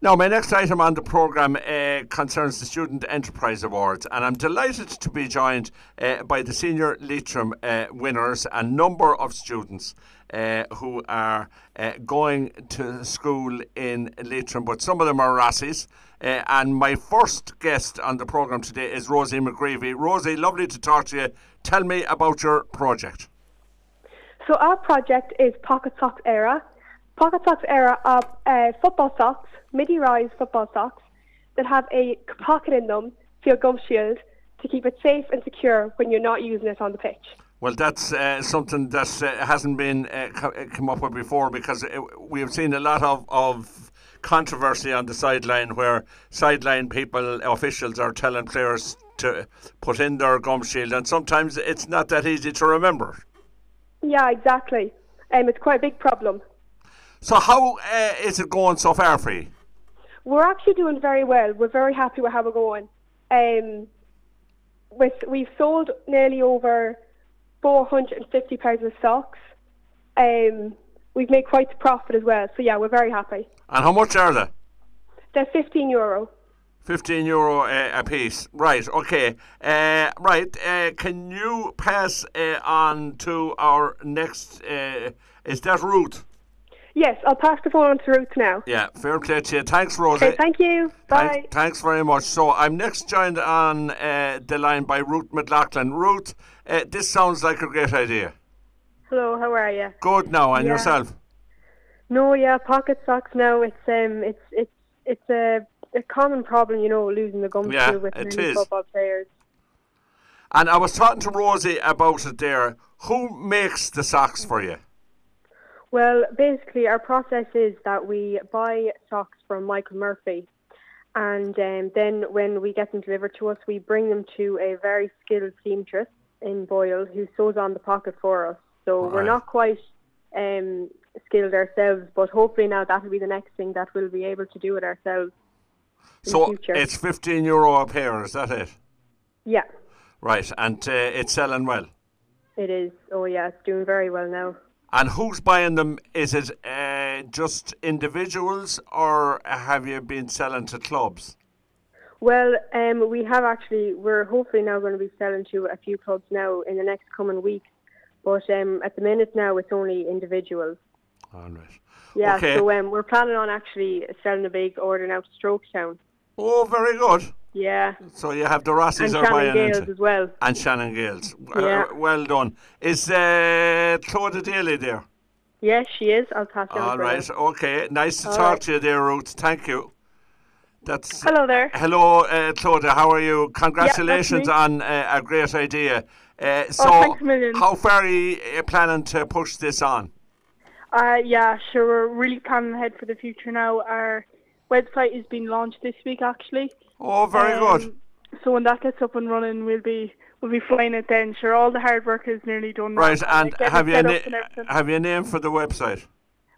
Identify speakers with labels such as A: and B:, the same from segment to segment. A: Now, my next item on the programme uh, concerns the Student Enterprise Awards, and I'm delighted to be joined uh, by the senior Leitrim uh, winners and number of students uh, who are uh, going to school in Leitrim, but some of them are Rossies. Uh, and my first guest on the programme today is Rosie McGreevy. Rosie, lovely to talk to you. Tell me about your project.
B: So our project is Pocket Socks Era. Pocket Socks Era are uh, football socks, midi-rise football socks, that have a pocket in them for your gum shield to keep it safe and secure when you're not using it on the pitch.
A: Well, that's uh, something that uh, hasn't been uh, co- uh, come up with before because uh we have seen a lot of, of controversy on the sideline where sideline people, officials, are telling players to put in their gum shield, and sometimes it's not that easy to remember.
B: Yeah, exactly. Um, it's quite a big problem.
A: So, how uh, is it going so far for you?
B: We're actually doing very well. We're very happy with how we're going. Um, with we've sold nearly over 450 pairs of socks. Um, we've made quite a profit as well. So yeah, we're very happy.
A: And how much are they?
B: They're 15 euro.
A: 15 euro uh, a piece. Right, okay. Uh, right, uh, can you pass uh, on to our next? Uh, is that Ruth?
B: Yes, I'll pass the phone on to Ruth now.
A: Yeah, fair play to you. Thanks, Rosie.
B: Okay, thank you. Bye.
A: Thanks- thanks very much. So I'm next joined on uh, the line by Ruth McLaughlin. Ruth, uh, this sounds like a great idea.
C: Hello, how are you?
A: Good now, and
C: Yeah.
A: yourself.
C: No, yeah, pocket socks. Now it's um, it's it's it's a, a common problem, you know, losing the gum
A: Yeah,
C: shoe with
A: it
C: many
A: is.
C: football players.
A: And I was talking to Rosie about it there. Who makes the socks for you?
C: Well, basically, our process is that we buy socks from Michael Murphy, and um, then when we get them delivered to us, we bring them to a very skilled seamstress in Boyle who sews on the pocket for us. So
A: Right.
C: we're not quite um, skilled ourselves, but hopefully now that will be the next thing that we'll be able to do it ourselves.
A: So
C: future.
A: it's 15 euro a pair, is that it?
C: Yeah,
A: Right, and uh, it's selling well.
C: it is. Oh yeah, it's doing very well now.
A: And who's buying them? Is it uh, just individuals or have you been selling to clubs?
C: Well, um, we have actually, we're hopefully now going to be selling to a few clubs now in the next coming weeks. But um, at the minute now, it's only individuals.
A: All right.
C: Yeah,
A: Okay.
C: so um, we're planning on actually selling a big order now to Stroketown.
A: Oh, very good.
C: Yeah,
A: So you have the Rossies
C: and
A: are buying
C: Shannon Gales
A: into
C: as well.
A: and Shannon Gales. W-
C: Yeah.
A: uh, well done. Is uh, Claudia Daly there?
C: Yes, she is. I'll pass you on.
A: All
C: for
A: right.
C: now.
A: Okay. Nice to
C: All
A: talk
C: right.
A: to you there, Ruth. Thank you. That's
B: Hello there.
A: hello, uh, Claudia. How are you? Congratulations
C: me. Oh,
A: on uh, a great idea. Uh, so,
C: thanks a million.
A: how far are you uh, planning to push this on?
D: Uh, yeah, sure. We're really planning ahead for the future now. Our website is being launched this week, actually.
A: Oh, very
D: Um,
A: good.
D: So when that gets up and running, we'll be we'll be flying it then. Sure, all the hard work is nearly done. now.
A: Right, and
D: Like, getting
A: have you
D: set
A: a
D: up and everything.
A: have you a name for the website?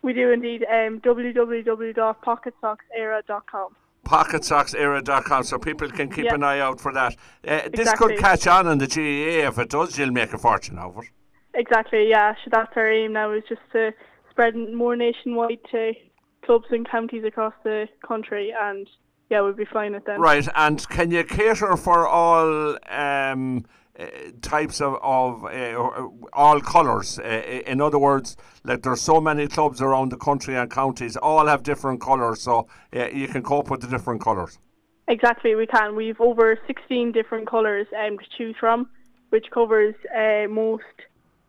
D: we do indeed. Um, www.pocketsocksera.com.
A: pocketsocksera.com so people can keep
D: Yeah.
A: an eye out for that. Uh, this
D: Exactly.
A: could catch on in the GEA. If it does, you'll make a fortune over. it.
D: Exactly. Yeah, sure. That's our aim now is just to spread more nationwide to clubs and counties across the country, and yeah, we'll be flying it then.
A: Right, and can you cater for all um, uh, types of, of uh, or- all colours? Uh, i- in other words, like there's so many clubs around the country and counties, all have different colours, so uh, you can cope with the different colours.
D: Exactly, we can. We've over 16 different colours um, to choose from, which covers uh, most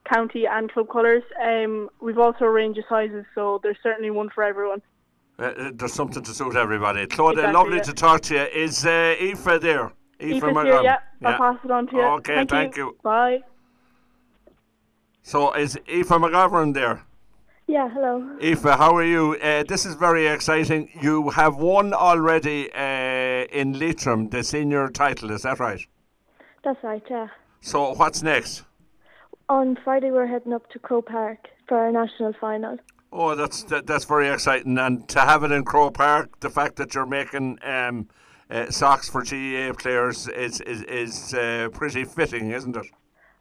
D: county and club colours. Um, we've also a range of sizes, so there's certainly one for everyone.
A: Uh, Uh, there's something to suit everybody. Claudia,
D: Exactly,
A: lovely
D: yeah.
A: to talk to you. Is uh, Aoife there? Aoife
D: Aoife's here,
A: Moran.
D: yeah, I'll pass it on to you.
A: Um, Okay,
D: thank,
A: thank
D: you.
A: you.
D: Bye.
A: So is Aoife McGovern there?
E: Yeah, hello.
A: Aoife, how are you? Uh, this is very exciting. You have won already uh, in Leitrim the senior title, is that right?
E: That's right, yeah.
A: So what's next?
E: On Friday, we're heading up to Crow Park for our national final.
A: Oh, that's that, that's very exciting, and to have it in Crow Park, the fact that you're making um, uh, socks for GEA players is is, is uh, pretty fitting, isn't it?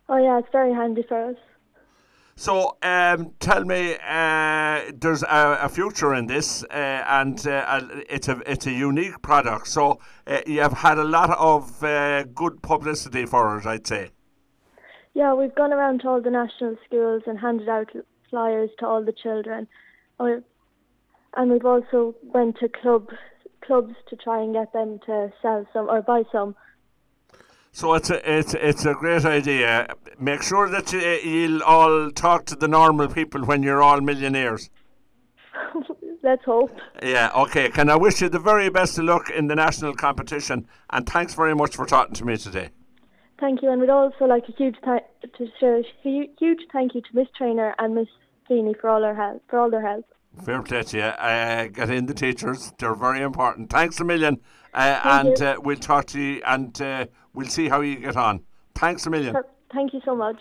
E: Oh, yeah, it's very handy for us.
A: So um, tell me, uh, there's a, a future in this, uh, and uh, it's a it's a unique product. So uh, you have had a lot of uh, good publicity for it, I'd say.
E: Yeah, we've gone around to all the national schools and handed out flyers to all the children. Or- And we've also went to club clubs to try and get them to sell some or buy some.
A: So it's a, it's it's a great idea. Make sure that you, you'll all talk to the normal people when you're all millionaires.
E: Let's hope.
A: Yeah, okay. Can I wish you the very best of luck in the national competition? And thanks very much for talking to me today.
E: Thank you, and we'd also like a huge th- to show a hu- huge thank you to Miss Trainer and Miss Feeney for all her help for all their help.
A: Fair play to you. Uh, get in the teachers; they're very important. Thanks a million, uh, and uh, we'll talk to you, and uh, we'll see how you get on. Thanks a million.
E: So, thank you so much.